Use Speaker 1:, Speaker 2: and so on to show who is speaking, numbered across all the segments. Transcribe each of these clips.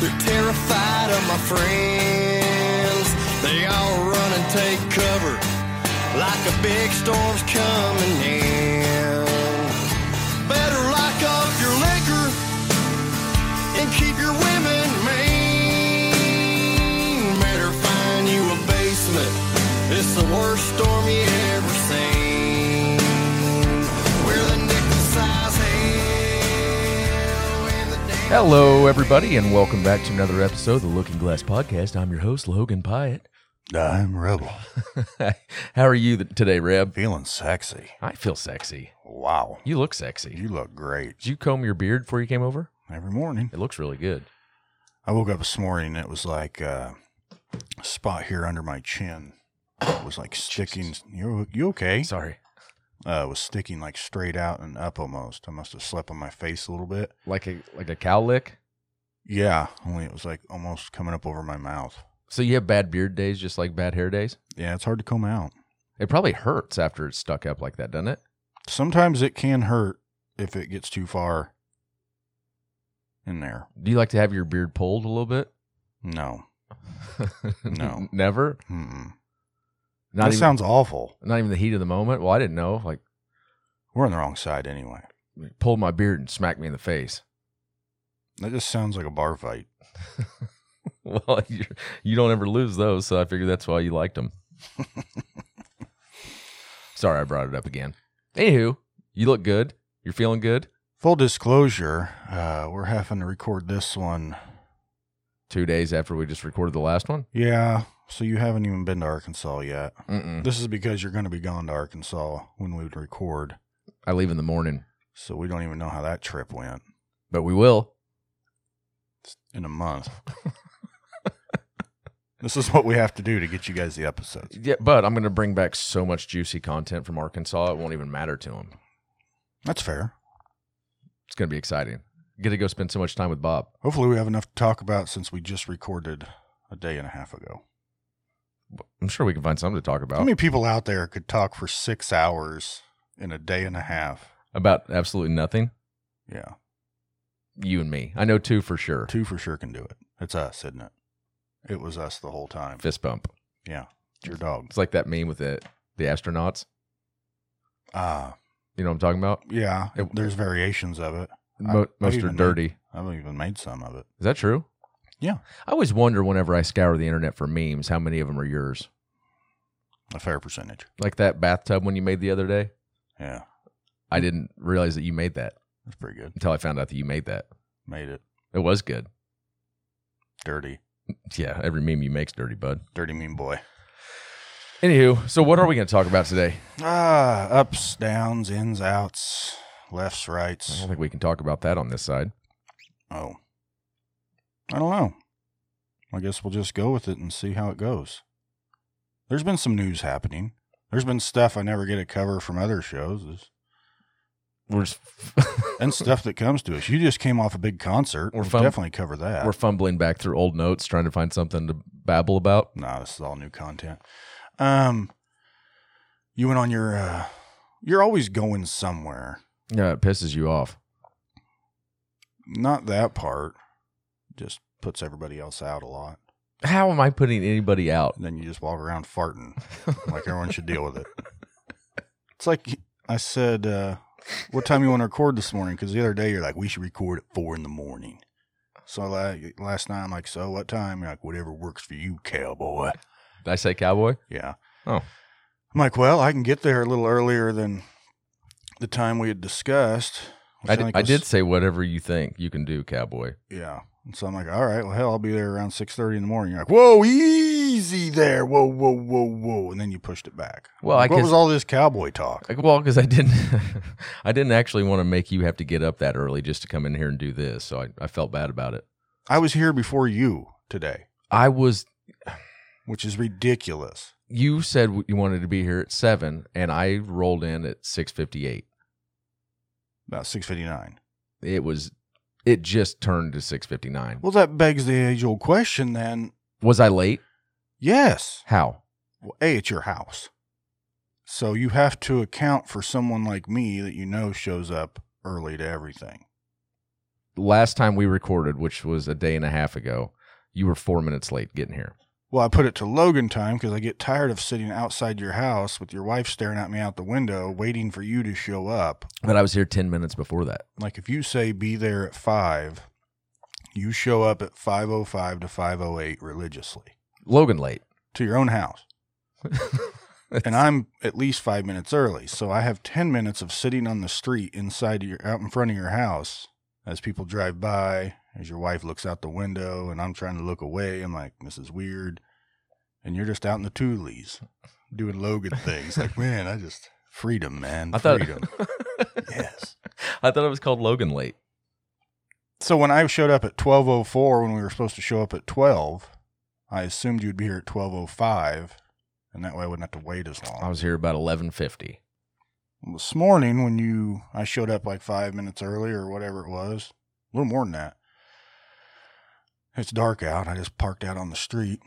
Speaker 1: They're terrified of my friends. They all run and take cover like a big storm's coming in. Better lock up your liquor and keep your women mean. Better find you a basement. It's the worst storm you ever seen. We're the nickel size hell and the damn.
Speaker 2: Hello, everybody, and welcome back to another episode of the Looking Glass Podcast. I'm your host, Logan Pyatt.
Speaker 3: I'm Rebel.
Speaker 2: How are you th- today, Reb?
Speaker 3: Feeling sexy.
Speaker 2: I feel sexy.
Speaker 3: Wow.
Speaker 2: You look sexy.
Speaker 3: You look great.
Speaker 2: Did you comb your beard before you came over?
Speaker 3: Every morning.
Speaker 2: It looks really good.
Speaker 3: I woke up this morning and it was like uh, a spot here under my chin. It was like sticking. You, you okay?
Speaker 2: Sorry.
Speaker 3: Uh, it was sticking like straight out and up almost. I must have slept on my face a little bit.
Speaker 2: Like a like a cow lick.
Speaker 3: Yeah, only it was like almost coming up over my mouth.
Speaker 2: So you have bad beard days, just like bad hair days.
Speaker 3: Yeah, it's hard to comb out.
Speaker 2: It probably hurts after it's stuck up like that, doesn't it?
Speaker 3: Sometimes it can hurt if it gets too far in there.
Speaker 2: Do you like to have your beard pulled a little bit?
Speaker 3: No. No.
Speaker 2: never.
Speaker 3: Mm-mm.
Speaker 2: Not
Speaker 3: That
Speaker 2: even,
Speaker 3: sounds awful.
Speaker 2: not even the heat of the moment. Well, I didn't know. Like,
Speaker 3: We're on the wrong side anyway.
Speaker 2: pulled my beard and smacked me in the face.
Speaker 3: That just sounds like a bar fight.
Speaker 2: Well, you're, you don't ever lose those, so I figure that's why you liked them. Sorry, I brought it up again. Anywho, you look good. You're feeling good.
Speaker 3: Full disclosure, uh, we're having to record this one.
Speaker 2: Two days after we just recorded the last one.
Speaker 3: Yeah, so you haven't even been to Arkansas yet.
Speaker 2: Mm-mm.
Speaker 3: This is because you're going to be gone to Arkansas when we would record,
Speaker 2: I leave in the morning,
Speaker 3: so we don't even know how that trip went
Speaker 2: but we will.
Speaker 3: in a month. this is what we have to do to get you guys the episodes.
Speaker 2: Yeah, but I'm going to bring back so much juicy content from Arkansas, it won't even matter to them.
Speaker 3: That's fair.
Speaker 2: It's going to be exciting. Get to go spend so much time with Bob.
Speaker 3: Hopefully, we have enough to talk about since we just recorded a day and a half ago.
Speaker 2: I'm sure we can find something to talk
Speaker 3: How
Speaker 2: about.
Speaker 3: many people out there could talk for six hours in a day and a half?
Speaker 2: About absolutely nothing.
Speaker 3: Yeah,
Speaker 2: You and me. I know two for sure.
Speaker 3: two for sure can do it. It's us, isn't it? It was us the whole time.
Speaker 2: Fist bump.
Speaker 3: Yeah, it's your dog.
Speaker 2: It's like that meme with the, the astronauts.
Speaker 3: Ah,
Speaker 2: You know what I'm talking about?
Speaker 3: yeah.
Speaker 2: It-
Speaker 3: there's variations of it. I-
Speaker 2: Mo-
Speaker 3: I've
Speaker 2: most are
Speaker 3: even made-
Speaker 2: dirty.
Speaker 3: I've even made some of it.
Speaker 2: Is that true?
Speaker 3: Yeah.
Speaker 2: I always wonder whenever I scour the internet for memes, how many of them are yours?
Speaker 3: A fair percentage.
Speaker 2: Like that bathtub one you made the other day.
Speaker 3: Yeah,
Speaker 2: I
Speaker 3: Mm.
Speaker 2: didn't realize that you made that
Speaker 3: that's pretty good.
Speaker 2: until I found out that you made that.
Speaker 3: Made it
Speaker 2: It was good.
Speaker 3: dirty,
Speaker 2: Yeah, every meme you make's dirty, bud.
Speaker 3: dirty mean boy.
Speaker 2: Anywho, so what are we going to talk about today?
Speaker 3: Ah, ups, downs, ins, outs, lefts,
Speaker 2: I
Speaker 3: rights.
Speaker 2: don't think we can talk about that on this side.
Speaker 3: Oh, I don't know. I guess we'll just go with it and see how it goes. There's been some news happening. There's been stuff I never get to cover from other shows
Speaker 2: We're just
Speaker 3: and stuff that comes to us. You just came off a big concert.
Speaker 2: We're
Speaker 3: We'll
Speaker 2: fun-
Speaker 3: definitely cover that.
Speaker 2: we're fumbling back through old notes trying to find something to babble about.
Speaker 3: No, this is all new content. Um, you went on your. Uh, you're always going somewhere.
Speaker 2: Yeah, it pisses you off.
Speaker 3: Not that part. Just puts everybody else out a lot.
Speaker 2: How am I putting anybody out?
Speaker 3: And then you just walk around farting, like everyone should deal with it. It's like I said. Uh, what time you want to record this morning? Because the other day you're like, we should record at four in the morning. So la- last night I'm like, so what time? You're like, whatever works for you, cowboy.
Speaker 2: Did I say cowboy?
Speaker 3: Yeah.
Speaker 2: Oh.
Speaker 3: I'm like, well, I can get there a little earlier than the time we had discussed. which
Speaker 2: I did,
Speaker 3: think
Speaker 2: I
Speaker 3: was-
Speaker 2: did say whatever you think you can do, cowboy.
Speaker 3: Yeah. And so I'm like, all right, well, hell, I'll be there around 6.30 in the morning. You're like, whoa, easy there. Whoa, whoa, whoa, whoa. And then you pushed it back.
Speaker 2: Well,
Speaker 3: Like,
Speaker 2: I
Speaker 3: what
Speaker 2: guess-
Speaker 3: was all this cowboy talk?
Speaker 2: Like, well, because I didn't, I didn't actually want to make you have to get up that early just to come in here and do this. So I, I felt bad about it.
Speaker 3: I was here before you today.
Speaker 2: I was
Speaker 3: which is ridiculous.
Speaker 2: you said you wanted to be here at 7 and I rolled in at 6:58.
Speaker 3: About six fifty nine.
Speaker 2: It was it just turned to 6:59.
Speaker 3: Well, that begs the age old question. Then,
Speaker 2: Was I late?
Speaker 3: yes,
Speaker 2: How?
Speaker 3: well, a it's your house, so you have to account for someone like me that you know shows up early to everything.
Speaker 2: Last time we recorded, which was a day and a half ago, you were 4 minutes late getting here.
Speaker 3: Well, I put it to Logan time because I get tired of sitting outside your house with your wife staring at me out the window, waiting for you to show up.
Speaker 2: But I was here 10 minutes before that.
Speaker 3: Like if you say be there at five, you show up at five oh five to five oh eight religiously
Speaker 2: Logan late.
Speaker 3: to your own house. and I'm at least five minutes early. So I have 10 minutes of sitting on the street inside your, out in front of your house as people drive by, as your wife looks out the window, and I'm trying to look away. I'm like, this is weird. And you're just out in the Tulies doing Logan things. like, man, I just, freedom, man.
Speaker 2: I thought
Speaker 3: freedom. yes.
Speaker 2: I thought it was called Logan late.
Speaker 3: So when I showed up at 1204 when we were supposed to show up at 12, I assumed you'd be here at 1205. And that way I wouldn't have to wait as long.
Speaker 2: I was here about 11:50.
Speaker 3: this morning when you I showed up like five minutes early or whatever it was, a little more than that. It's dark out. I just parked out on the street,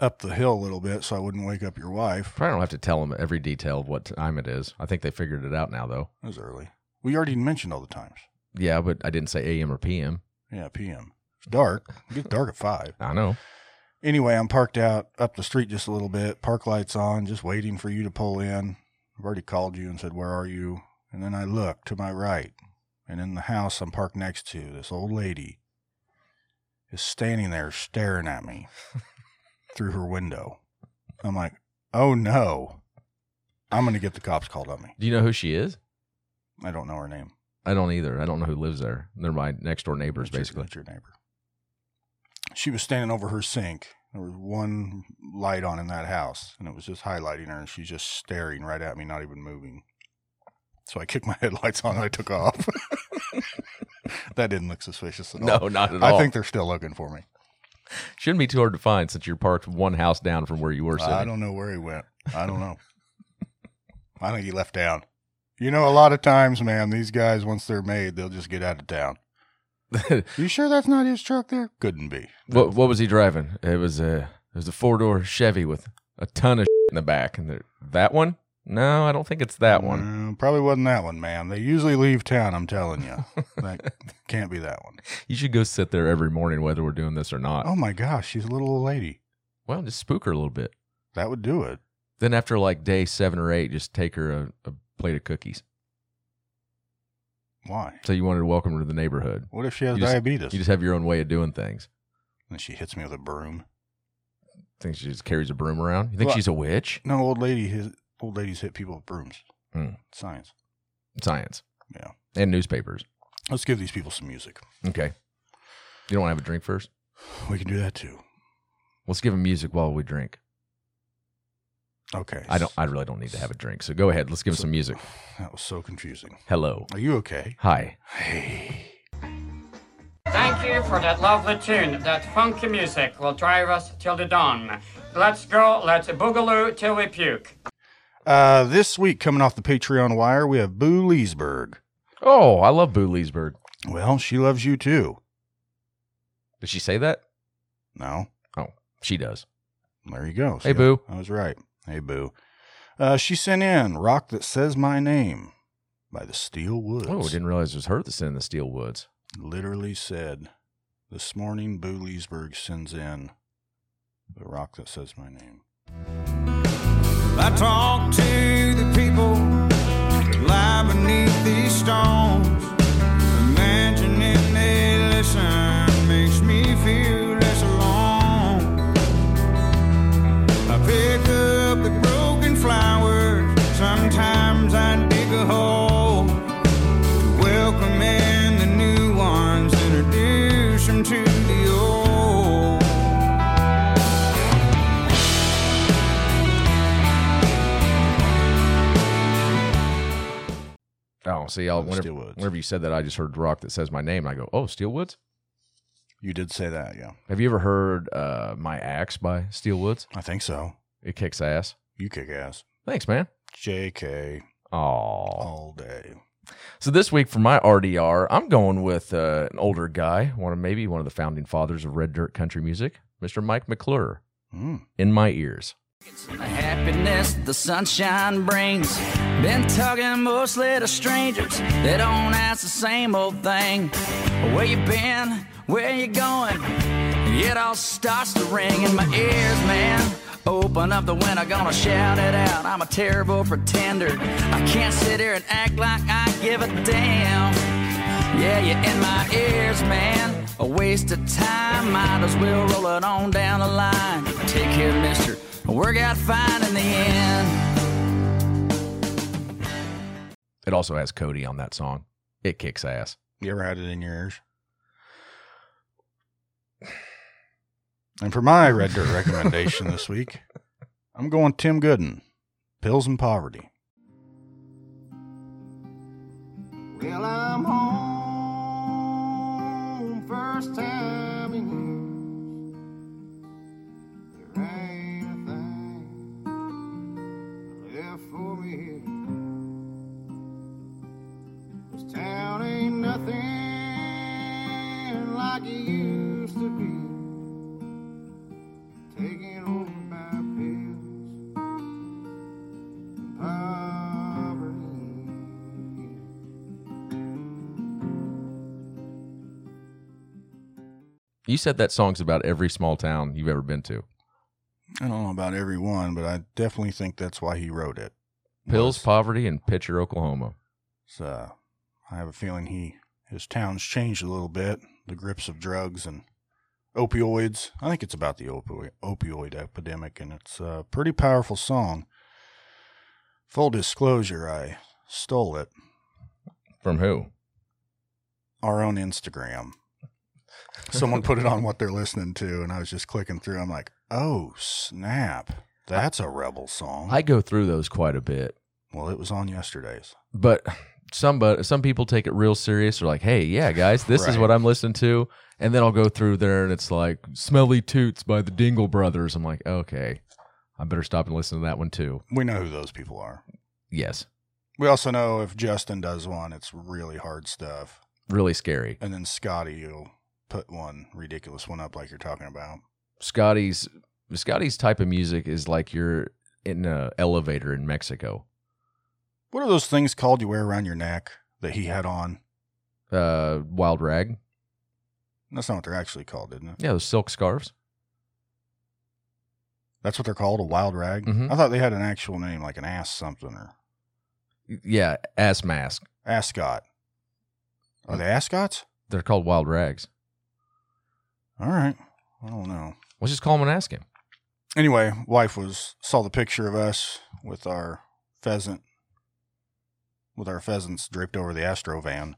Speaker 3: up the hill a little bit, so I wouldn't wake up your wife.
Speaker 2: Probably don't have to tell them every detail of what time it is. I think they figured it out now though.
Speaker 3: It was early. We already mentioned all the times.
Speaker 2: Yeah, but I didn't say AM or PM.
Speaker 3: Yeah, p.m. It's dark. It gets dark at five.
Speaker 2: I know.
Speaker 3: Anyway, I'm parked out up the street just a little bit. Park lights on, just waiting for you to pull in. I've already called you and said, "Where are you?" And then I look to my right, and in the house I'm parked next to, this old lady is standing there staring at me through her window. I'm like, "Oh no." I'm going to get the cops called on me.
Speaker 2: Do you know who she is?
Speaker 3: I don't know her name.
Speaker 2: I don't either. I don't know who lives there. They're my next door neighbors,
Speaker 3: That's
Speaker 2: basically.
Speaker 3: your- that's your neighbor. She was standing over her sink. There was one light on in that house, and it was just highlighting her, and she's just staring right at me, not even moving. So I kicked my headlights on and I took off. that didn't look suspicious at all.
Speaker 2: No, not at
Speaker 3: I
Speaker 2: all.
Speaker 3: think they're still looking for me.
Speaker 2: Shouldn't be too hard to find since you're parked one house down from where you were
Speaker 3: I
Speaker 2: sitting.
Speaker 3: don't know where he went. I don't know. I think he left town. You know, a lot of times, man, these guys, once they're made, they'll just get out of town. You sure that's not his truck there? Couldn't be.
Speaker 2: what What was he driving? It was a it was a four door Chevy with a ton of in the back. And there- that one? No, I don't think it's that one.
Speaker 3: Mm, probably wasn't that one, man. They usually leave town. I'm telling you, that can't be that one.
Speaker 2: You should go sit there every morning, whether we're doing this or not.
Speaker 3: Oh my gosh, she's a little old lady.
Speaker 2: Well, just spook her a little bit.
Speaker 3: That would do it.
Speaker 2: Then after like day seven or eight, just take her a, a plate of cookies.
Speaker 3: Why?
Speaker 2: So you wanted to welcome her to the neighborhood.
Speaker 3: What if she has
Speaker 2: You just-
Speaker 3: diabetes?
Speaker 2: You just have your own way of doing things.
Speaker 3: and she hits me with a broom.
Speaker 2: Think she just carries a broom around? You think
Speaker 3: Well-
Speaker 2: she's a witch?
Speaker 3: No, old lady. His, old ladies hit people with brooms.
Speaker 2: Hmm.
Speaker 3: Science.
Speaker 2: Science.
Speaker 3: Yeah.
Speaker 2: And newspapers.
Speaker 3: Let's give these people some music.
Speaker 2: Okay. You don't want to have a drink first?
Speaker 3: We can do that too.
Speaker 2: Let's give him music while we drink.
Speaker 3: Okay.
Speaker 2: I don't. I really don't need to have a drink. So go ahead. Let's give him some music.
Speaker 3: That was so confusing.
Speaker 2: Hello.
Speaker 3: Are you okay?
Speaker 2: Hi.
Speaker 3: Hey.
Speaker 4: Thank you for that lovely tune. That funky music will drive us till the dawn. Let's go, let's boogaloo till we puke.
Speaker 3: Uh, this week coming off the Patreon wire, we have Boo Leesburg.
Speaker 2: Oh, I love Boo Leesburg.
Speaker 3: Well, she loves you too.
Speaker 2: Did she say that?
Speaker 3: No.
Speaker 2: Oh, she does.
Speaker 3: There you go.
Speaker 2: Hey, Boo.
Speaker 3: I was right. Hey, Boo. Uh, she sent in Rock That Says My Name by the Steel Woods.
Speaker 2: Oh, didn't realize it was her that's in the Steel Woods.
Speaker 3: Literally said, This morning, Boo Leesburg sends in the Rock That Says My Name.
Speaker 1: I talk to the people that lie beneath these stones. Imagining they listen makes me feel less alone. I pick up the broken flowers. Sometimes I dig a hole. Welcome in the new ones, introduce them to the old.
Speaker 2: Oh, see, I'll,
Speaker 3: Oh,
Speaker 2: whenever,
Speaker 3: Steel Woods.
Speaker 2: whenever you said that, I just heard rock that says my name. I go, oh, Steel Woods?
Speaker 3: You did say that, yeah.
Speaker 2: "Oh, Have you ever heard uh, My Axe by Steel Woods?
Speaker 3: I think so.
Speaker 2: It kicks ass.
Speaker 3: You kick ass.
Speaker 2: Thanks, man.
Speaker 3: JK
Speaker 2: Aw.
Speaker 3: all day.
Speaker 2: So this week for my RDR, I'm going with uh, an older guy, one of maybe one of the founding fathers of red dirt country music, Mr. Mike McClure.
Speaker 3: Mm.
Speaker 2: In my ears.
Speaker 5: The happiness the sunshine brings. Been talking mostly to strangers. They don't ask the same old thing. Where you been? Where you going? It all starts to ring in my ears, man. Open up the window, gonna shout it out. I'm a terrible pretender. I can't sit here and act like I give a damn. Yeah, you're in my ears, man. A waste of time. Might as well roll it on down the line. Take care, mister. We'll work out fine in the end.
Speaker 2: It also has Cody on that song. It kicks ass.
Speaker 3: You ever had it in your ears? And for my red dirt recommendation this week, I'm going Tim Gooden, Pills and Poverty.
Speaker 1: Well, I'm home first time in years. There ain't a thing left for me here. This town ain't nothing like it used to be. Taken over by pills and poverty.
Speaker 2: You said that song's about every small town you've ever been to.
Speaker 3: I don't know about everyone, but I definitely think that's why he wrote it.
Speaker 2: Pills,
Speaker 3: Was-
Speaker 2: poverty, and Pitcher, Oklahoma.
Speaker 3: So I have a feeling he his town's changed a little bit. The grips of drugs and opioids. I think it's about the opioid opioid epidemic, and it's a pretty powerful song. Full disclosure, I stole it.
Speaker 2: From who?
Speaker 3: Our own Instagram. Someone put it on what they're listening to, and I was just clicking through. I'm like, oh snap, that's a rebel song.
Speaker 2: I go through those quite a bit,
Speaker 3: well, it was on yesterday's.
Speaker 2: but some but some people take it real serious. They're like, "Hey, yeah, guys, this is
Speaker 3: Right.
Speaker 2: what I'm listening to," and then I'll go through there, and it's like "Smelly Toots" by the Dingle Brothers. I'm like, "Okay, I better stop and listen to that one too."
Speaker 3: We know who those people are.
Speaker 2: Yes,
Speaker 3: We also know if Justin does one, it's really hard stuff.
Speaker 2: really scary.
Speaker 3: And then Scotty will put one ridiculous one up like you're talking about.
Speaker 2: Scotty's Scotty's type of music is like you're in an elevator in Mexico.
Speaker 3: What are those things called you wear around your neck that he had on?
Speaker 2: Uh, wild rag,
Speaker 3: That's not what they're actually called, isn't it?
Speaker 2: yeah, those silk scarves.
Speaker 3: That's what they're called, a wild rag.
Speaker 2: Mhm.
Speaker 3: I thought they had an actual name, like an ass something or
Speaker 2: Yeah, ass mask.
Speaker 3: ascot. Are they ascots?
Speaker 2: They're called wild rags.
Speaker 3: All right. I don't know.
Speaker 2: Let's just call him and ask him.
Speaker 3: Anyway, wife was saw the picture of us with our pheasant, with our pheasants draped over the Astro van.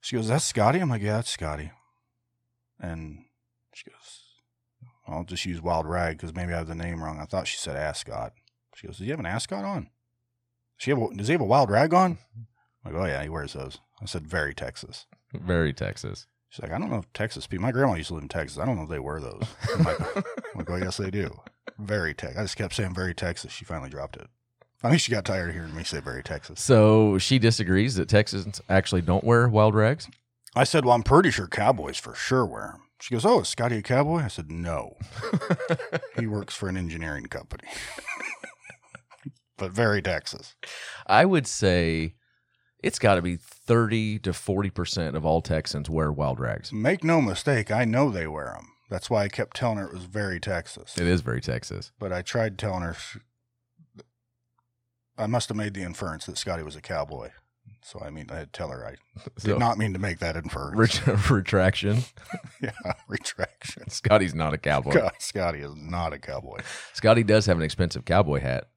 Speaker 3: she goes, "That's Scotty." I'm like, "Yeah, that's Scotty." And she goes, "I'll just use Wild Rag because maybe I have the name wrong. I thought she said Ascot." She goes, "Does he have an ascot on? Does he have a, does he have a Wild Rag on?" I'm like, "Oh yeah, he wears those." I said, "Very Texas."
Speaker 2: Very Texas.
Speaker 3: She's like, I don't know if Texas people. My grandma used to live in Texas. I don't know if they wear those. I'm like, I'm like, well, yes, they do. Very Texas. I just kept saying very Texas. She finally dropped it. I think she got tired of hearing me say very Texas.
Speaker 2: So she disagrees that Texans actually don't wear wild rags.
Speaker 3: I said, well, I'm pretty sure cowboys for sure wear them. She goes, oh, is Scotty a cowboy? I said, no. he works for an engineering company. but very Texas.
Speaker 2: I would say it's got to be 30 to 40% of all Texans wear wild rags.
Speaker 3: Make no mistake, I know they wear them. That's why I kept telling her it was very Texas.
Speaker 2: It is very Texas.
Speaker 3: but I tried telling her. sh- I must have made the inference that Scotty was a cowboy. So I mean, I had to tell her I
Speaker 2: So
Speaker 3: did not mean to make that inference.
Speaker 2: ret- retraction.
Speaker 3: yeah, retraction.
Speaker 2: Scotty's not a cowboy.
Speaker 3: God, Scotty is not a cowboy.
Speaker 2: Scotty does have an expensive cowboy hat.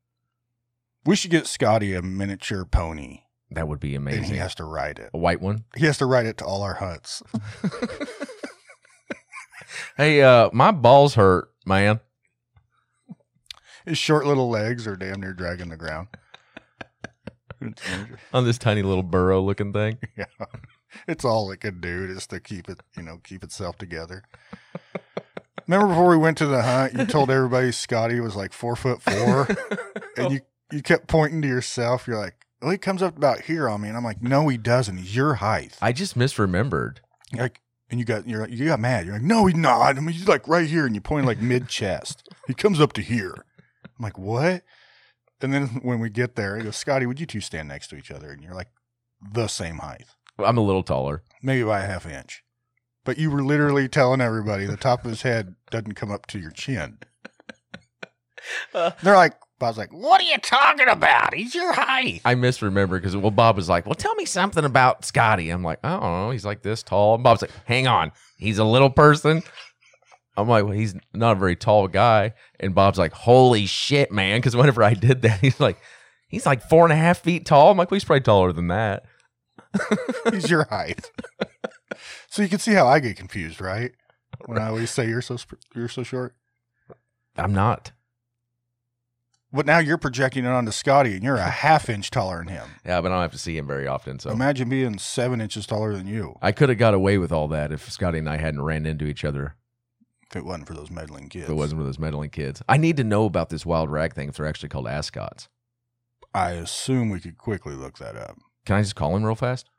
Speaker 3: We should get Scotty a miniature pony,
Speaker 2: That would be
Speaker 3: and he
Speaker 2: amazing.
Speaker 3: has to ride it.
Speaker 2: a white one.
Speaker 3: He has to ride it to all our huts.
Speaker 2: Hey, uh, my balls hurt, man.
Speaker 3: His short little legs are damn near dragging the ground.
Speaker 2: On this tiny little burrow looking thing.
Speaker 3: yeah, it's all it could do is to keep it, you know, keep itself together. Remember before we went to the hunt, you told everybody Scotty was like four foot four, and you you kept pointing to yourself. You're like, "Well, he comes up about here on me," and I'm like, "No, he doesn't. He's your height."
Speaker 2: I just misremembered.
Speaker 3: You're like, and you got you're like, you got mad. You're like, "No, he's not." I mean, he's like right here, and you point like mid chest. He comes up to here. I'm like, "What?" And then when we get there, he goes, "Scotty, would you two stand next to each other?" And you're like, "The same height."
Speaker 2: I'm a little taller.
Speaker 3: maybe by a half inch. But you were literally telling everybody the top of his head doesn't come up to your chin. They're like, Bob's like, what are you talking about? He's your height.
Speaker 2: I misremember because well, Bob was like, "Well, tell me something about Scotty." I'm like, "I don't know. He's like this tall." And Bob's like, "Hang on, he's a little person." I'm like, "Well, he's not a very tall guy." And Bob's like, "Holy shit, man!" Because whenever I did that, he's like, "He's like four and a half feet tall." I'm like, well, "He's probably taller than that."
Speaker 3: He's your height. so you can see how I get confused, right? When I always say you're so sp- you're so short.
Speaker 2: I'm not.
Speaker 3: But now you're projecting it onto Scotty, and you're a half inch taller than him.
Speaker 2: Yeah, but I don't have to see him very often, so
Speaker 3: Imagine being seven inches taller than you
Speaker 2: I could have got away with all that if Scotty and I hadn't ran into each other.
Speaker 3: if it wasn't for those meddling kids.
Speaker 2: If it wasn't for those meddling kids, I need to know about this wild rag thing. If they're actually called ascots,
Speaker 3: I assume we could quickly look that up.
Speaker 2: can I just call him real fast?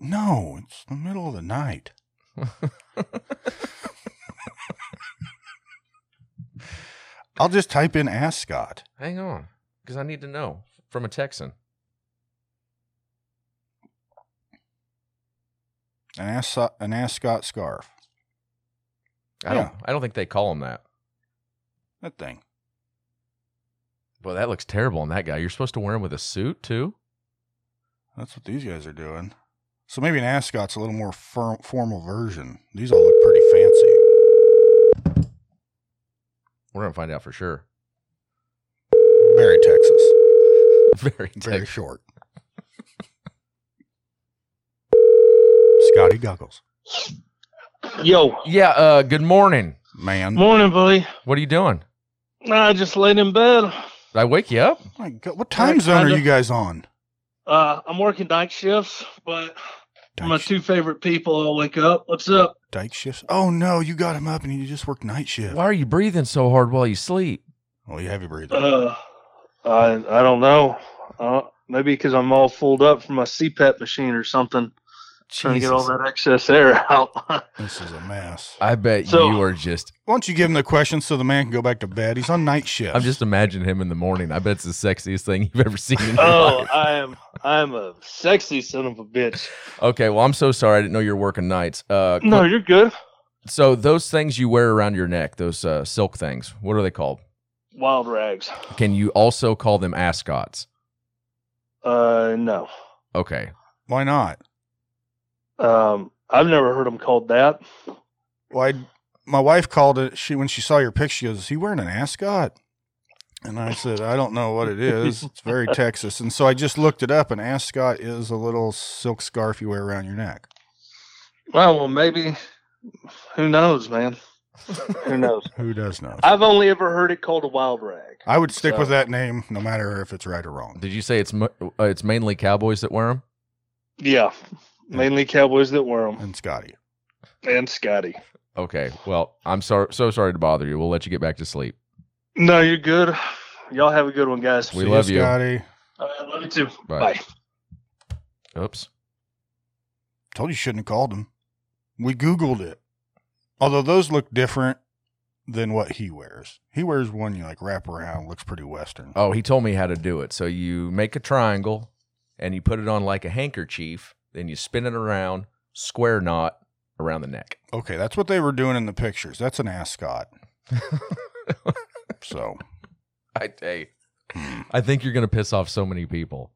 Speaker 3: No, it's the middle of the night. I'll just type in ascot.
Speaker 2: Hang on, because I need to know from a Texan.
Speaker 3: An ascot, an ascot scarf.
Speaker 2: I don't.
Speaker 3: Yeah.
Speaker 2: I don't think they call him that.
Speaker 3: That thing.
Speaker 2: Boy, that looks terrible on that guy. You're supposed to wear him with a suit too.
Speaker 3: That's what these guys are doing. So maybe an ascot's a little more firm, formal version. These all look pretty fancy.
Speaker 2: We're gonna find out for sure.
Speaker 3: Very Texas.
Speaker 2: Very
Speaker 3: Very
Speaker 2: Texan.
Speaker 3: short. Scotty Goggles.
Speaker 6: Yo,
Speaker 2: Yeah. Uh. Good morning.
Speaker 3: Man.
Speaker 6: morning, buddy.
Speaker 2: What are you doing?
Speaker 6: I just laid in bed.
Speaker 2: Did I wake you up?
Speaker 3: My God, what time zone are
Speaker 6: Kinda.
Speaker 3: you guys on?
Speaker 6: Uh, I'm working night shifts, but my
Speaker 3: Dyke,
Speaker 6: two favorite people all wake up. What's up?
Speaker 3: Dyke shifts. Oh no, you got him up and you just worked night shift.
Speaker 2: Why are you breathing so hard while you sleep?
Speaker 3: Well, you have your breathing.
Speaker 6: Uh, I I don't know. Uh, maybe because I'm all fooled up from my CPAP machine or something, trying to get all
Speaker 2: Jesus.
Speaker 6: that excess air out.
Speaker 3: This is a mess.
Speaker 2: I bet
Speaker 6: So-
Speaker 2: you are just.
Speaker 3: Why don't you give him the question so the man can go back to bed? He's on night shift.
Speaker 2: I'm just imagining him in the morning. I bet it's the sexiest thing you've ever seen. In your
Speaker 6: oh,
Speaker 2: life.
Speaker 6: I am I am a sexy son of a bitch.
Speaker 2: Okay. Well, I'm so sorry. I didn't know you were working nights. Uh.
Speaker 6: No, you're good.
Speaker 2: So those things you wear around your neck, those uh, silk things. What are they called?
Speaker 6: Wild rags.
Speaker 2: Can you also call them ascots?
Speaker 6: Uh, no.
Speaker 2: Okay.
Speaker 3: Why not?
Speaker 6: Um, I've never heard them called that.
Speaker 3: Why? My wife called it. She when she saw your picture, she goes, "Is he wearing an ascot?" And I said, "I don't know what it is. It's very Texas." And so I just looked it up. An ascot is a little silk scarf you wear around your neck.
Speaker 6: Well, well, maybe. Who knows, man? Who knows?
Speaker 3: Who does know?
Speaker 6: I've only ever heard it called a wild rag.
Speaker 3: I would stick
Speaker 6: So-
Speaker 3: with that name, no matter if it's right or wrong.
Speaker 2: Did you say it's mo- uh, it's mainly cowboys that wear them?
Speaker 6: Yeah, mainly cowboys that wear them
Speaker 3: And Scotty,
Speaker 6: and Scotty.
Speaker 2: Okay. Well, I'm sorry. So sorry to bother you. We'll let you get back to sleep.
Speaker 6: No, you're good. Y'all have a good one, guys.
Speaker 2: We love you.
Speaker 3: Scotty.
Speaker 6: All right, love you too.
Speaker 2: Bye.
Speaker 6: Bye.
Speaker 2: Oops.
Speaker 3: Told you shouldn't have called him. We Googled it. Although those look different than what he wears. He wears one you like wrap around, looks pretty Western.
Speaker 2: Oh, he told me how to do it. So you make a triangle and you put it on like a handkerchief, then you spin it around, square knot around the neck.
Speaker 3: Okay, that's what they were doing in the pictures. That's an ascot. so
Speaker 2: I hey, I think you're gonna piss off so many people.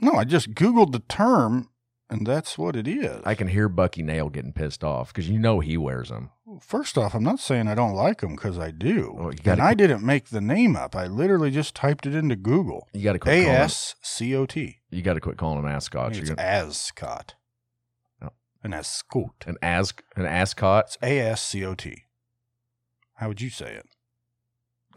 Speaker 3: no, I just Googled the term and that's what it is.
Speaker 2: I can hear Bucky Nail getting pissed off because you know he wears them.
Speaker 3: First off, I'm not saying I don't like them because I do.
Speaker 2: Oh, you gotta
Speaker 3: and I didn't make the name up. I literally just typed it into Google.
Speaker 2: You got to quit.
Speaker 3: A
Speaker 2: calling 'em-
Speaker 3: S C O T.
Speaker 2: You got to quit calling them ascots. Oh, You're
Speaker 3: It's
Speaker 2: gonna, Oh.
Speaker 3: ascot.
Speaker 2: No.
Speaker 3: An ascot.
Speaker 2: an as an ascot.
Speaker 3: It's A S C O T. How would you say it?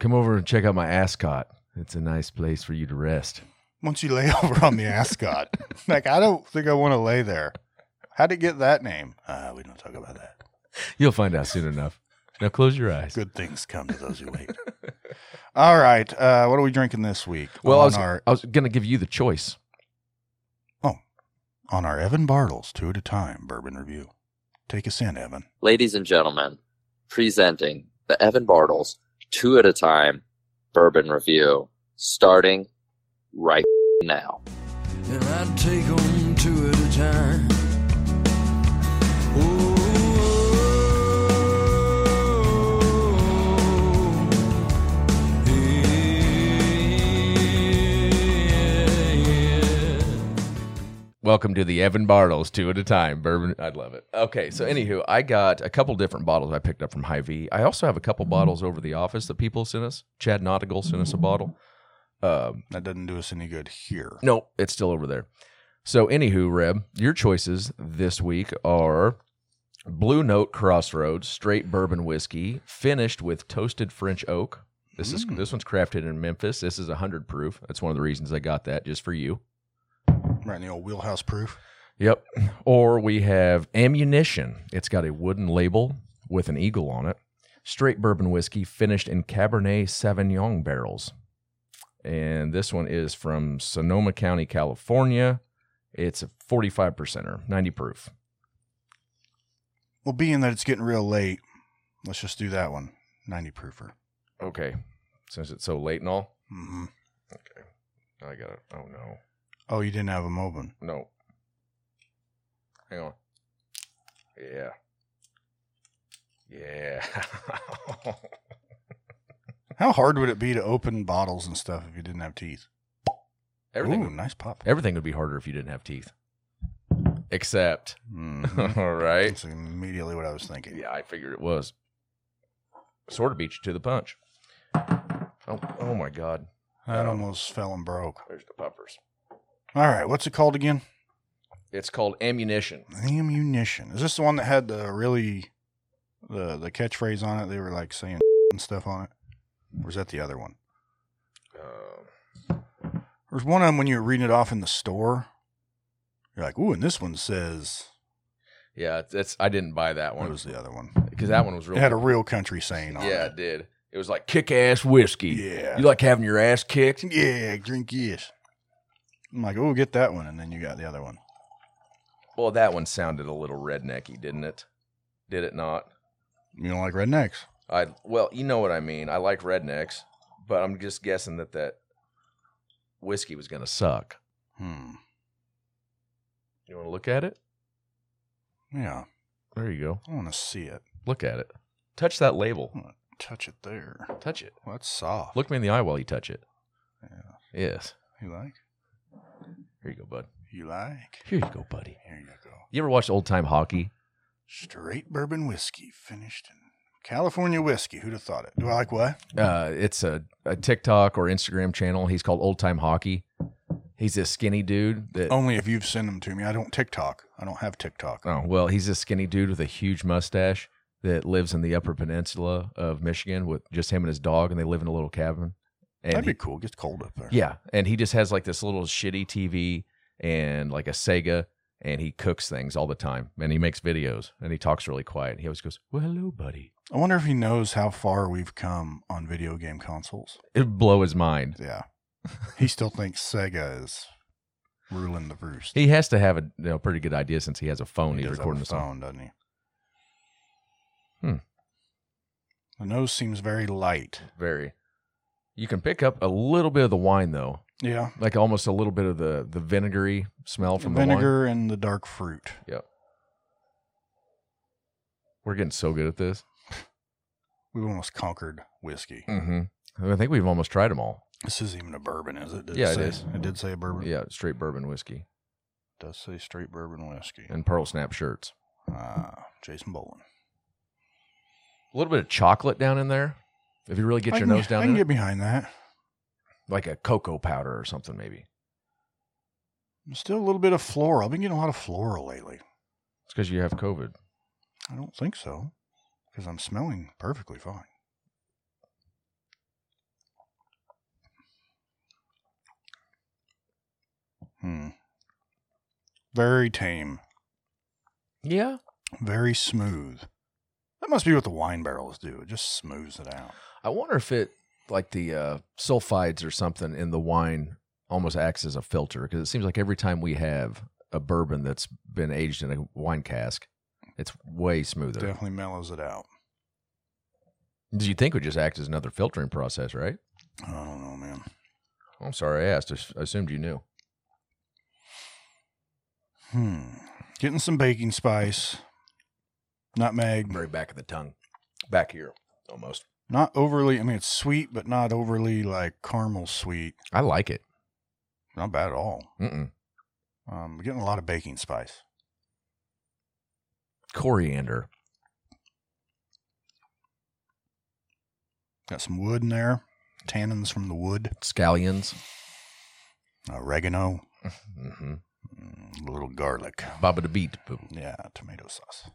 Speaker 2: Come over and check out my ascot. It's a nice place for you to rest.
Speaker 3: once you lay over on the ascot. like, I don't think I want to lay there. How'd it get that name? Uh, we don't talk about that.
Speaker 2: You'll find out soon enough. Now close your eyes.
Speaker 3: Good things come to those who wait. All right. Uh, what are we drinking this week?
Speaker 2: Well,
Speaker 3: on
Speaker 2: I was,
Speaker 3: our
Speaker 2: I was gonna give you the choice.
Speaker 3: on our Evan Bartles two at a time bourbon review. Take us in, Evan.
Speaker 7: Ladies and gentlemen, presenting the Evan Bartles two at a time bourbon review, starting right now.
Speaker 1: and I'd take 'em two at a time. Ooh, oh, yeah, yeah.
Speaker 2: Welcome to the Evan Bartles two at a time bourbon. I'd love it. Okay, so anywho, I got a couple different bottles I picked up from Hy-Vee. I also have a couple bottles over the office that people sent us. Chad Nautical sent us a bottle. Um,
Speaker 3: That doesn't do us any good here.
Speaker 2: no, it's still over there. So anywho, Reb, your choices this week are Blue Note Crossroads straight bourbon whiskey finished with toasted French oak. This is this one's crafted in Memphis. This is 100 proof. That's one of the reasons I got that just for you.
Speaker 3: Right in the old wheelhouse proof.
Speaker 2: Yep. Or we have ammunition. It's got a wooden label with an eagle on it. Straight bourbon whiskey finished in Cabernet Sauvignon barrels. And this one is from Sonoma County, California. It's a 45 percenter, 90 proof.
Speaker 3: Well, being that it's getting real late, let's just do that one. 90 proofer.
Speaker 2: Okay. Since it's so late and all,
Speaker 3: hmm
Speaker 2: I got it. Oh, no.
Speaker 3: Oh, you didn't have them open.
Speaker 2: No. Hang on. Yeah. Yeah.
Speaker 3: How hard would it be to open bottles and stuff if you didn't have teeth?
Speaker 2: Everything
Speaker 3: Ooh, nice pop.
Speaker 2: Everything would be harder if you didn't have teeth. Except,
Speaker 3: Mhm.
Speaker 2: all right.
Speaker 3: That's immediately what I was thinking.
Speaker 2: Yeah, I figured it was. Sort of beat you to the punch. Oh, oh my God.
Speaker 3: That almost fell and broke.
Speaker 2: There's the puppers.
Speaker 3: All right, what's it called again?
Speaker 2: It's called ammunition.
Speaker 3: Ammunition. Is this the one that had the really the the catchphrase on it? They were like saying and stuff on it. Or is that the other one?
Speaker 2: Uh,
Speaker 3: There's one of them when you were reading it off in the store. You're like, ooh, and this one says
Speaker 2: yeah, it's, it's- I didn't buy that
Speaker 3: what
Speaker 2: one
Speaker 3: was the other one?
Speaker 2: because that one was
Speaker 3: It
Speaker 2: real.
Speaker 3: had a real country saying on
Speaker 2: yeah,
Speaker 3: it.
Speaker 2: it did. It was like kick ass whiskey.
Speaker 3: Yeah.
Speaker 2: You like having your ass kicked?
Speaker 3: Yeah, drink yes. I'm like, oh, get that one, and then you got the other one.
Speaker 2: Well, that one sounded a little rednecky, didn't it? Did it not?
Speaker 3: You don't like rednecks?
Speaker 2: I well, you know what I mean. I like rednecks, but I'm just guessing that that whiskey was gonna suck.
Speaker 3: Hmm.
Speaker 2: You want to look at it?
Speaker 3: Yeah,
Speaker 2: There you go.
Speaker 3: I want to see it.
Speaker 2: Look at it. Touch that label.
Speaker 3: Touch it there.
Speaker 2: Touch it.
Speaker 3: Well, that's soft.
Speaker 2: Look me in the eye while you touch it. Yes.
Speaker 3: You like?
Speaker 2: Here you go, bud.
Speaker 3: You like?
Speaker 2: Here you go, buddy.
Speaker 3: Here you go.
Speaker 2: You ever watched old time hockey?
Speaker 3: Straight bourbon whiskey, finished in California whiskey. Who'd have thought it? Do I like what?
Speaker 2: Uh, it's a, a TikTok or Instagram channel. He's called Old Time Hockey. He's this skinny dude that.
Speaker 3: Only if you've sent them to me. I don't TikTok. I don't have TikTok.
Speaker 2: Oh, well, he's this skinny dude with a huge mustache that lives in the Upper Peninsula of Michigan with just him and his dog, and they live in a little cabin. And
Speaker 3: That'd
Speaker 2: he-
Speaker 3: be cool. Gets cold up there.
Speaker 2: yeah, and he just has like this little shitty TV and like a Sega, and he cooks things all the time, and he makes videos, and he talks really quiet. He always goes, "Well, hello, buddy."
Speaker 3: I wonder if he knows how far we've come on video game consoles.
Speaker 2: It'd blow his mind.
Speaker 3: Yeah. he still thinks Sega is ruling the roost.
Speaker 2: He has to have a you know, pretty good idea since he has a phone.
Speaker 3: He
Speaker 2: he's
Speaker 3: does have a
Speaker 2: recording this on.
Speaker 3: phone, doesn't he?
Speaker 2: Hmm.
Speaker 3: The nose seems very light.
Speaker 2: Very. You can pick up a little bit of the wine though,
Speaker 3: Yeah.
Speaker 2: like almost a little bit of the the vinegary smell from the wine.
Speaker 3: Vinegar and the dark fruit.
Speaker 2: Yep. We're getting so good at this.
Speaker 3: We've almost conquered whiskey.
Speaker 2: Mm-hmm. I think we've almost tried them all.
Speaker 3: This isn't even a bourbon, is it? Did
Speaker 2: Yeah,
Speaker 3: it,
Speaker 2: it
Speaker 3: say?
Speaker 2: is.
Speaker 3: It did say a bourbon.
Speaker 2: Yeah, straight bourbon whiskey
Speaker 3: It does say straight bourbon whiskey.
Speaker 2: and pearl snap shirts.
Speaker 3: Ah, Jason Boland.
Speaker 2: A little bit of chocolate down in there. If you really get
Speaker 3: I
Speaker 2: your
Speaker 3: can-
Speaker 2: nose down
Speaker 3: I can
Speaker 2: in
Speaker 3: get behind that.
Speaker 2: it, like a cocoa powder or something, maybe.
Speaker 3: Still a little bit of floral. I've been getting a lot of floral lately.
Speaker 2: It's because you have COVID.
Speaker 3: I don't think so, because I'm smelling perfectly fine. Hmm. Very tame.
Speaker 2: Yeah.
Speaker 3: Very smooth. That must be what the wine barrels do. It just smooths it out.
Speaker 2: I wonder if it like the uh, sulfides or something in the wine almost acts as a filter because it seems like every time we have a bourbon that's been aged in a wine cask, it's way smoother.
Speaker 3: Definitely mellows it out.
Speaker 2: Do you think it would just act as another filtering process, right?
Speaker 3: I don't know, man.
Speaker 2: I'm sorry, I asked. I s- I assumed you knew.
Speaker 3: Hmm. Getting some baking spice. Nutmeg.
Speaker 2: Very back of the tongue, back here almost.
Speaker 3: Not overly, I mean, it's sweet, but not overly like caramel sweet.
Speaker 2: I like it.
Speaker 3: Not bad at all.
Speaker 2: Mm-mm.
Speaker 3: Um, getting a lot of baking spice.
Speaker 2: Coriander.
Speaker 3: Got some wood in there, tannins from the wood,
Speaker 2: scallions.
Speaker 3: oregano,
Speaker 2: Mm-hmm.
Speaker 3: mm, a little garlic.
Speaker 2: Baba the beat. Boo.
Speaker 3: Yeah, tomato sauce.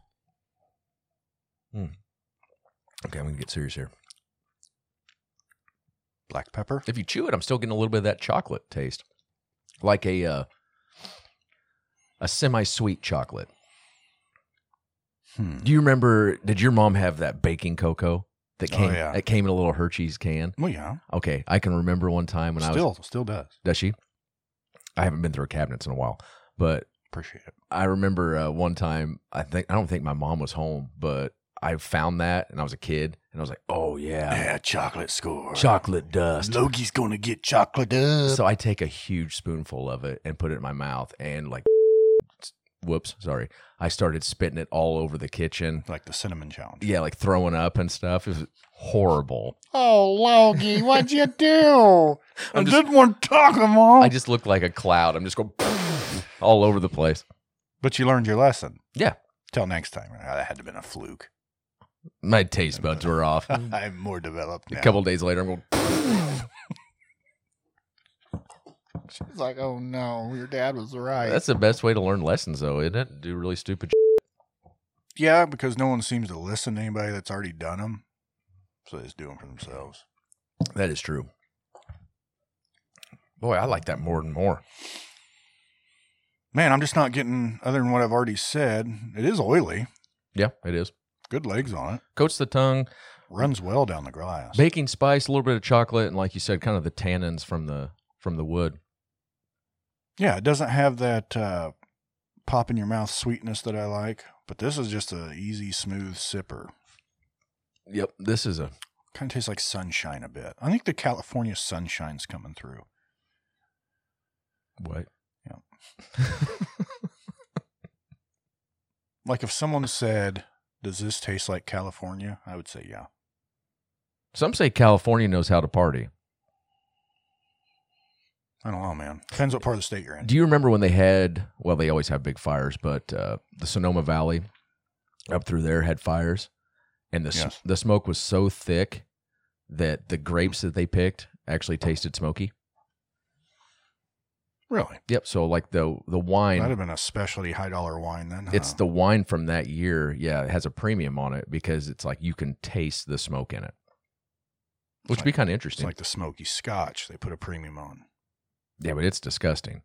Speaker 2: Okay, I'm gonna get serious here.
Speaker 3: Black pepper.
Speaker 2: If you chew it, I'm still getting a little bit of that chocolate taste, like a uh, a semi-sweet chocolate.
Speaker 3: Hmm.
Speaker 2: Do you remember? Did your mom have that baking cocoa that
Speaker 3: Oh,
Speaker 2: came?
Speaker 3: yeah.
Speaker 2: It came in a little Hershey's can.
Speaker 3: Well, yeah.
Speaker 2: Okay, I can remember one time when I
Speaker 3: still,
Speaker 2: was.
Speaker 3: still does.
Speaker 2: Does she? I haven't been through her cabinets in a while, but
Speaker 3: Appreciate it.
Speaker 2: I remember uh, one time. I think I don't think my mom was home, but I found that, and I was a kid, and I was like, "Oh yeah,
Speaker 3: chocolate score.
Speaker 2: chocolate dust."
Speaker 3: Logie's gonna get chocolate up.
Speaker 2: So I take a huge spoonful of it and put it in my mouth, and like, whoops, sorry, I started spitting it all over the kitchen.
Speaker 3: like the cinnamon challenge.
Speaker 2: Yeah, like throwing up and stuff. It was horrible.
Speaker 3: Oh, Logie, what'd you do? I
Speaker 2: I'm just-
Speaker 3: didn't want chocolate, mom.
Speaker 2: I just look like a cloud. I'm just going all over the place.
Speaker 3: but you learned your lesson.
Speaker 2: Yeah.
Speaker 3: Till next time. Ah, that had to have been a fluke.
Speaker 2: My taste buds were off. Mm. A
Speaker 3: I'm more developed now.
Speaker 2: couple days later, I'm going.
Speaker 3: It's like, oh no, your dad was right.
Speaker 2: That's the best way to learn lessons, though, isn't it? Do really stupid.
Speaker 3: yeah, because no one seems to listen to anybody that's already done them, so they just do them for themselves.
Speaker 2: Sh- that is true. Boy, I like that more and more.
Speaker 3: Man, I'm just not getting other than what I've already said. It is oily.
Speaker 2: Yeah, it is.
Speaker 3: Good legs on it.
Speaker 2: Coats the tongue.
Speaker 3: Runs well down the glass.
Speaker 2: baking spice, a little bit of chocolate, and like you said, kind of the tannins from the from the wood.
Speaker 3: Yeah, it doesn't have that uh, pop in your mouth sweetness that I like, but this is just a easy, smooth sipper.
Speaker 2: Yep, this is a
Speaker 3: Kind of tastes like sunshine a bit. I think the California sunshine's coming through.
Speaker 2: what?
Speaker 3: Like if someone said, "Does this taste like California?" I would say, "Yeah."
Speaker 2: Some say California knows how to party.
Speaker 3: I don't know, man. Depends what part of the state you're in.
Speaker 2: Do you remember when they had? Well, they always have big fires, but uh, the Sonoma Valley up through there had fires, and the s-
Speaker 3: Yes.
Speaker 2: the smoke was so thick that the grapes that they picked actually tasted smoky.
Speaker 3: really?
Speaker 2: Yep. So like the the wine
Speaker 3: That'd have been a specialty high dollar wine then. huh?
Speaker 2: It's the wine from that year. Yeah, it has a premium on it because it's like you can taste the smoke in it, which would be kind of
Speaker 3: it's
Speaker 2: interesting.
Speaker 3: like the smoky Scotch. They put a premium on.
Speaker 2: yeah, but it's disgusting.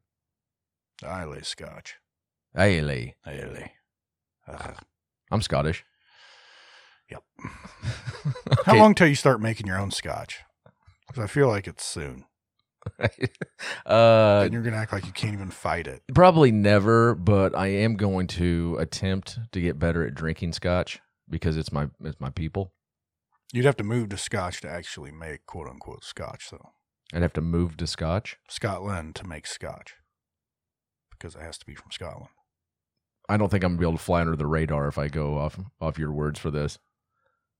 Speaker 3: The Islay Scotch.
Speaker 2: Aye,
Speaker 3: Islay. Ugh.
Speaker 2: I'm Scottish.
Speaker 3: Yep. How
Speaker 2: Okay.
Speaker 3: long till you start making your own Scotch? Because I feel like it's soon.
Speaker 2: uh,
Speaker 3: and you're gonna act like you can't even fight it.
Speaker 2: probably never, but I am going to attempt to get better at drinking scotch because it's my it's my people.
Speaker 3: You'd have to move to Scotch to actually make quote unquote Scotch, though.
Speaker 2: I'd have to move to scotch.
Speaker 3: Scotland to make Scotch because it has to be from Scotland.
Speaker 2: I don't think I'm gonna be able to fly under the radar if I go off off your words for this.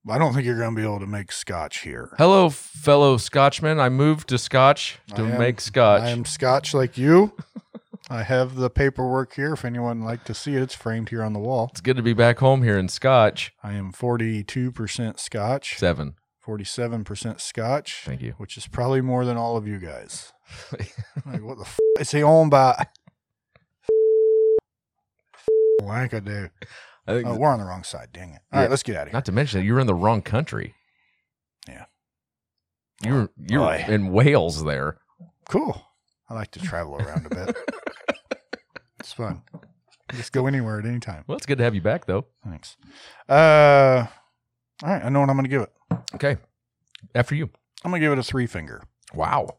Speaker 3: But I don't think you're gonna be able to make Scotch here.
Speaker 2: Hello, fellow Scotchmen. I moved to Scotch to
Speaker 3: I am-
Speaker 2: make Scotch.
Speaker 3: I am Scotch like you. I have the paperwork here if anyone would like to see it. It's framed here on the wall.
Speaker 2: It's good to be back home here in Scotch.
Speaker 3: I am 42% Scotch,
Speaker 2: Seven.
Speaker 3: 47% Scotch.
Speaker 2: Thank you.
Speaker 3: Which is probably more than all of you guys. Like, what the f is he on by? Wankadoo.
Speaker 2: I think
Speaker 3: Oh, we're on the wrong side. Dang it. All
Speaker 2: Yeah.
Speaker 3: right, let's get out of here.
Speaker 2: not to mention that you were in the wrong country.
Speaker 3: Yeah.
Speaker 2: You were you were
Speaker 3: Boy.
Speaker 2: in Wales there.
Speaker 3: Cool. I like to travel around a bit. It's fun. Just go anywhere at any time.
Speaker 2: Well, it's good to have you back, though.
Speaker 3: Thanks. Uh, all right. I know what I'm going to give it.
Speaker 2: Okay. After you.
Speaker 3: I'm going to give it a three finger.
Speaker 2: Wow.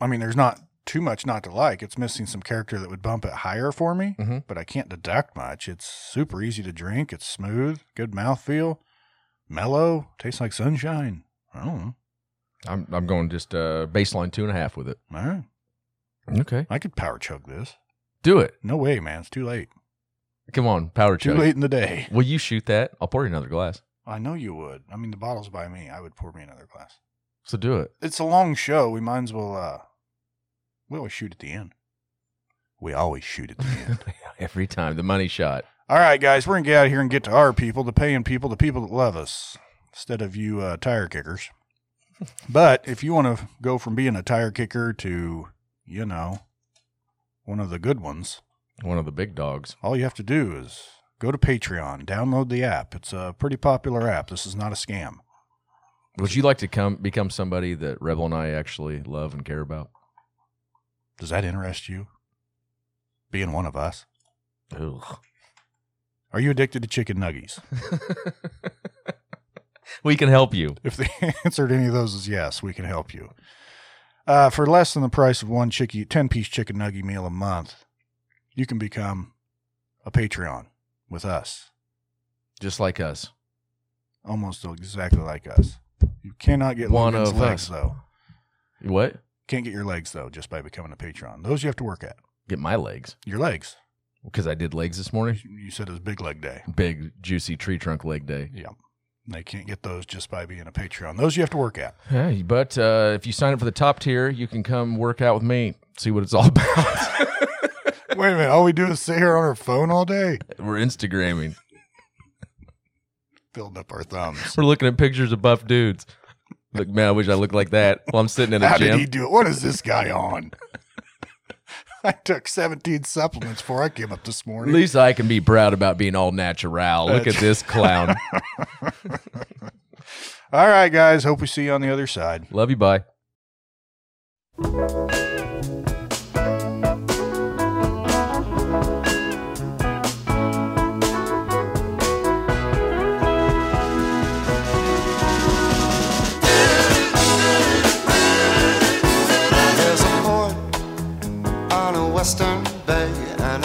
Speaker 3: I mean, there's not too much not to like. It's missing some character that would bump it higher for me,
Speaker 2: Mhm.
Speaker 3: but I can't deduct much. It's super easy to drink. It's smooth, good mouthfeel, mellow, tastes like sunshine. I don't know.
Speaker 2: I'm I'm going just uh, baseline two and a half with it.
Speaker 3: All right.
Speaker 2: Okay.
Speaker 3: I could power chug this.
Speaker 2: Do it.
Speaker 3: No way, man. It's too late.
Speaker 2: Come on, powder
Speaker 3: Too
Speaker 2: chug.
Speaker 3: late in the day.
Speaker 2: Will you shoot that? I'll pour you another glass.
Speaker 3: I know you would. I mean, the bottle's by me. I would pour me another glass.
Speaker 2: So do it.
Speaker 3: It's a long show. We might as well, uh, we always shoot at the end. We always shoot at the end.
Speaker 2: Every time the money shot.
Speaker 3: All right, guys, we're gonna get out of here and get to our people, the paying people, the people that love us, instead of you uh, tire kickers. But if you want to go from being a tire kicker to, you know, one of the good ones,
Speaker 2: One of the big dogs.
Speaker 3: all you have to do is go to Patreon, download the app. It's a pretty popular app. This is not a scam.
Speaker 2: Would you like to come become somebody that Rebel and I actually love and care about?
Speaker 3: Does that interest you? Being one of us?
Speaker 2: Ugh.
Speaker 3: Are you addicted to chicken nuggies?
Speaker 2: We can help you.
Speaker 3: If the answer to any of those is yes, we can help you. Uh, for less than the price of one chicky, 10 piece chicken nugget meal a month, you can become a Patreon with us,
Speaker 2: Just like us.
Speaker 3: almost exactly like us. You cannot get
Speaker 2: One
Speaker 3: Logan's
Speaker 2: of
Speaker 3: legs,
Speaker 2: us.
Speaker 3: though.
Speaker 2: What?
Speaker 3: Can't get your legs, though, just by becoming a Patreon. Those you have to work at.
Speaker 2: Get my legs.
Speaker 3: Your legs.
Speaker 2: Because I did legs this morning.
Speaker 3: You said it was Big Leg Day.
Speaker 2: Big juicy tree trunk leg day.
Speaker 3: Yeah. They can't get those just by being a Patreon. Those you have to work at.
Speaker 2: Hey, but uh, if you sign up for the top tier, you can come work out with me, see what it's all about.
Speaker 3: Wait a minute. All we do is sit here on our phone all day,
Speaker 2: We're Instagramming.
Speaker 3: building up our thumbs.
Speaker 2: We're looking at pictures of buff dudes. Look, man, I wish I looked like that while I'm sitting in a
Speaker 3: How
Speaker 2: gym.
Speaker 3: did he do it? What is this guy on? I took 17 supplements before I came up this
Speaker 2: At
Speaker 3: morning.
Speaker 2: least I can be proud about being all natural. Look at
Speaker 3: That's-
Speaker 2: this clown.
Speaker 3: All right, guys. Hope we see you on the other side.
Speaker 2: Love you. Bye.
Speaker 1: There's a port on a western bay, and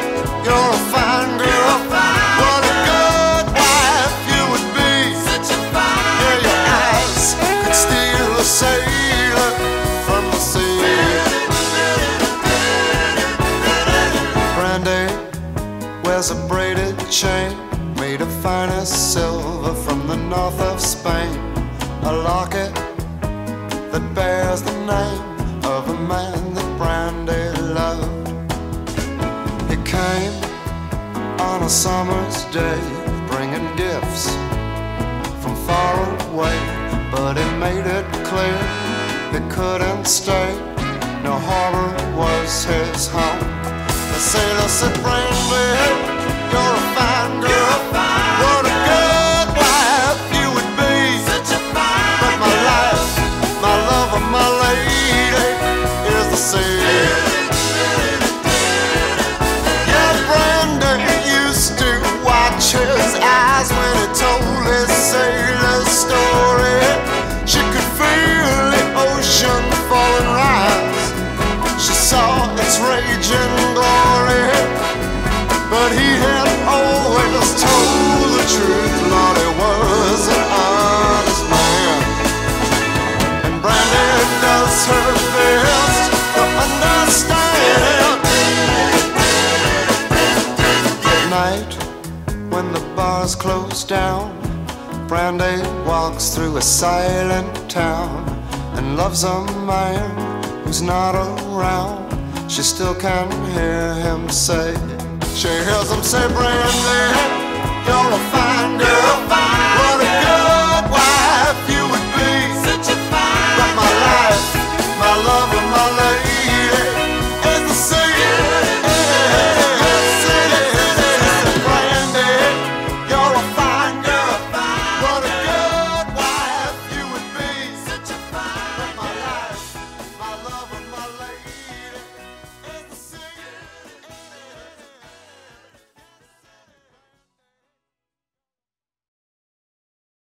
Speaker 1: you're a fine girl. what a good wife you would be. Such a fine yeah, your eyes could steal a sailor from the sea. Brandy wears a braided chain made of finest silver from the north of Spain. A locket that bears the name of a man that Brandy loved. He came on a summer's day, bringing gifts from far away, but he made it clear he couldn't stay. No harbor was his home. The sailor said, Brandy, you're a fine girl. what a good wife you would be. But my life, my love, and my lady is the sea. Yeah, Brenda used to watch his eyes when he told his sailor story. She could feel the ocean falling rise. She saw its raging glory. But he had always told the truth, Lord, he was an honest man. And Brandy does her best to understand. At night, when the bars close down, Brandy walks through a silent town and loves a man who's not around. She still can hear him say, she hears him say, Brandy, you're a finder, you're a finder. what a girl.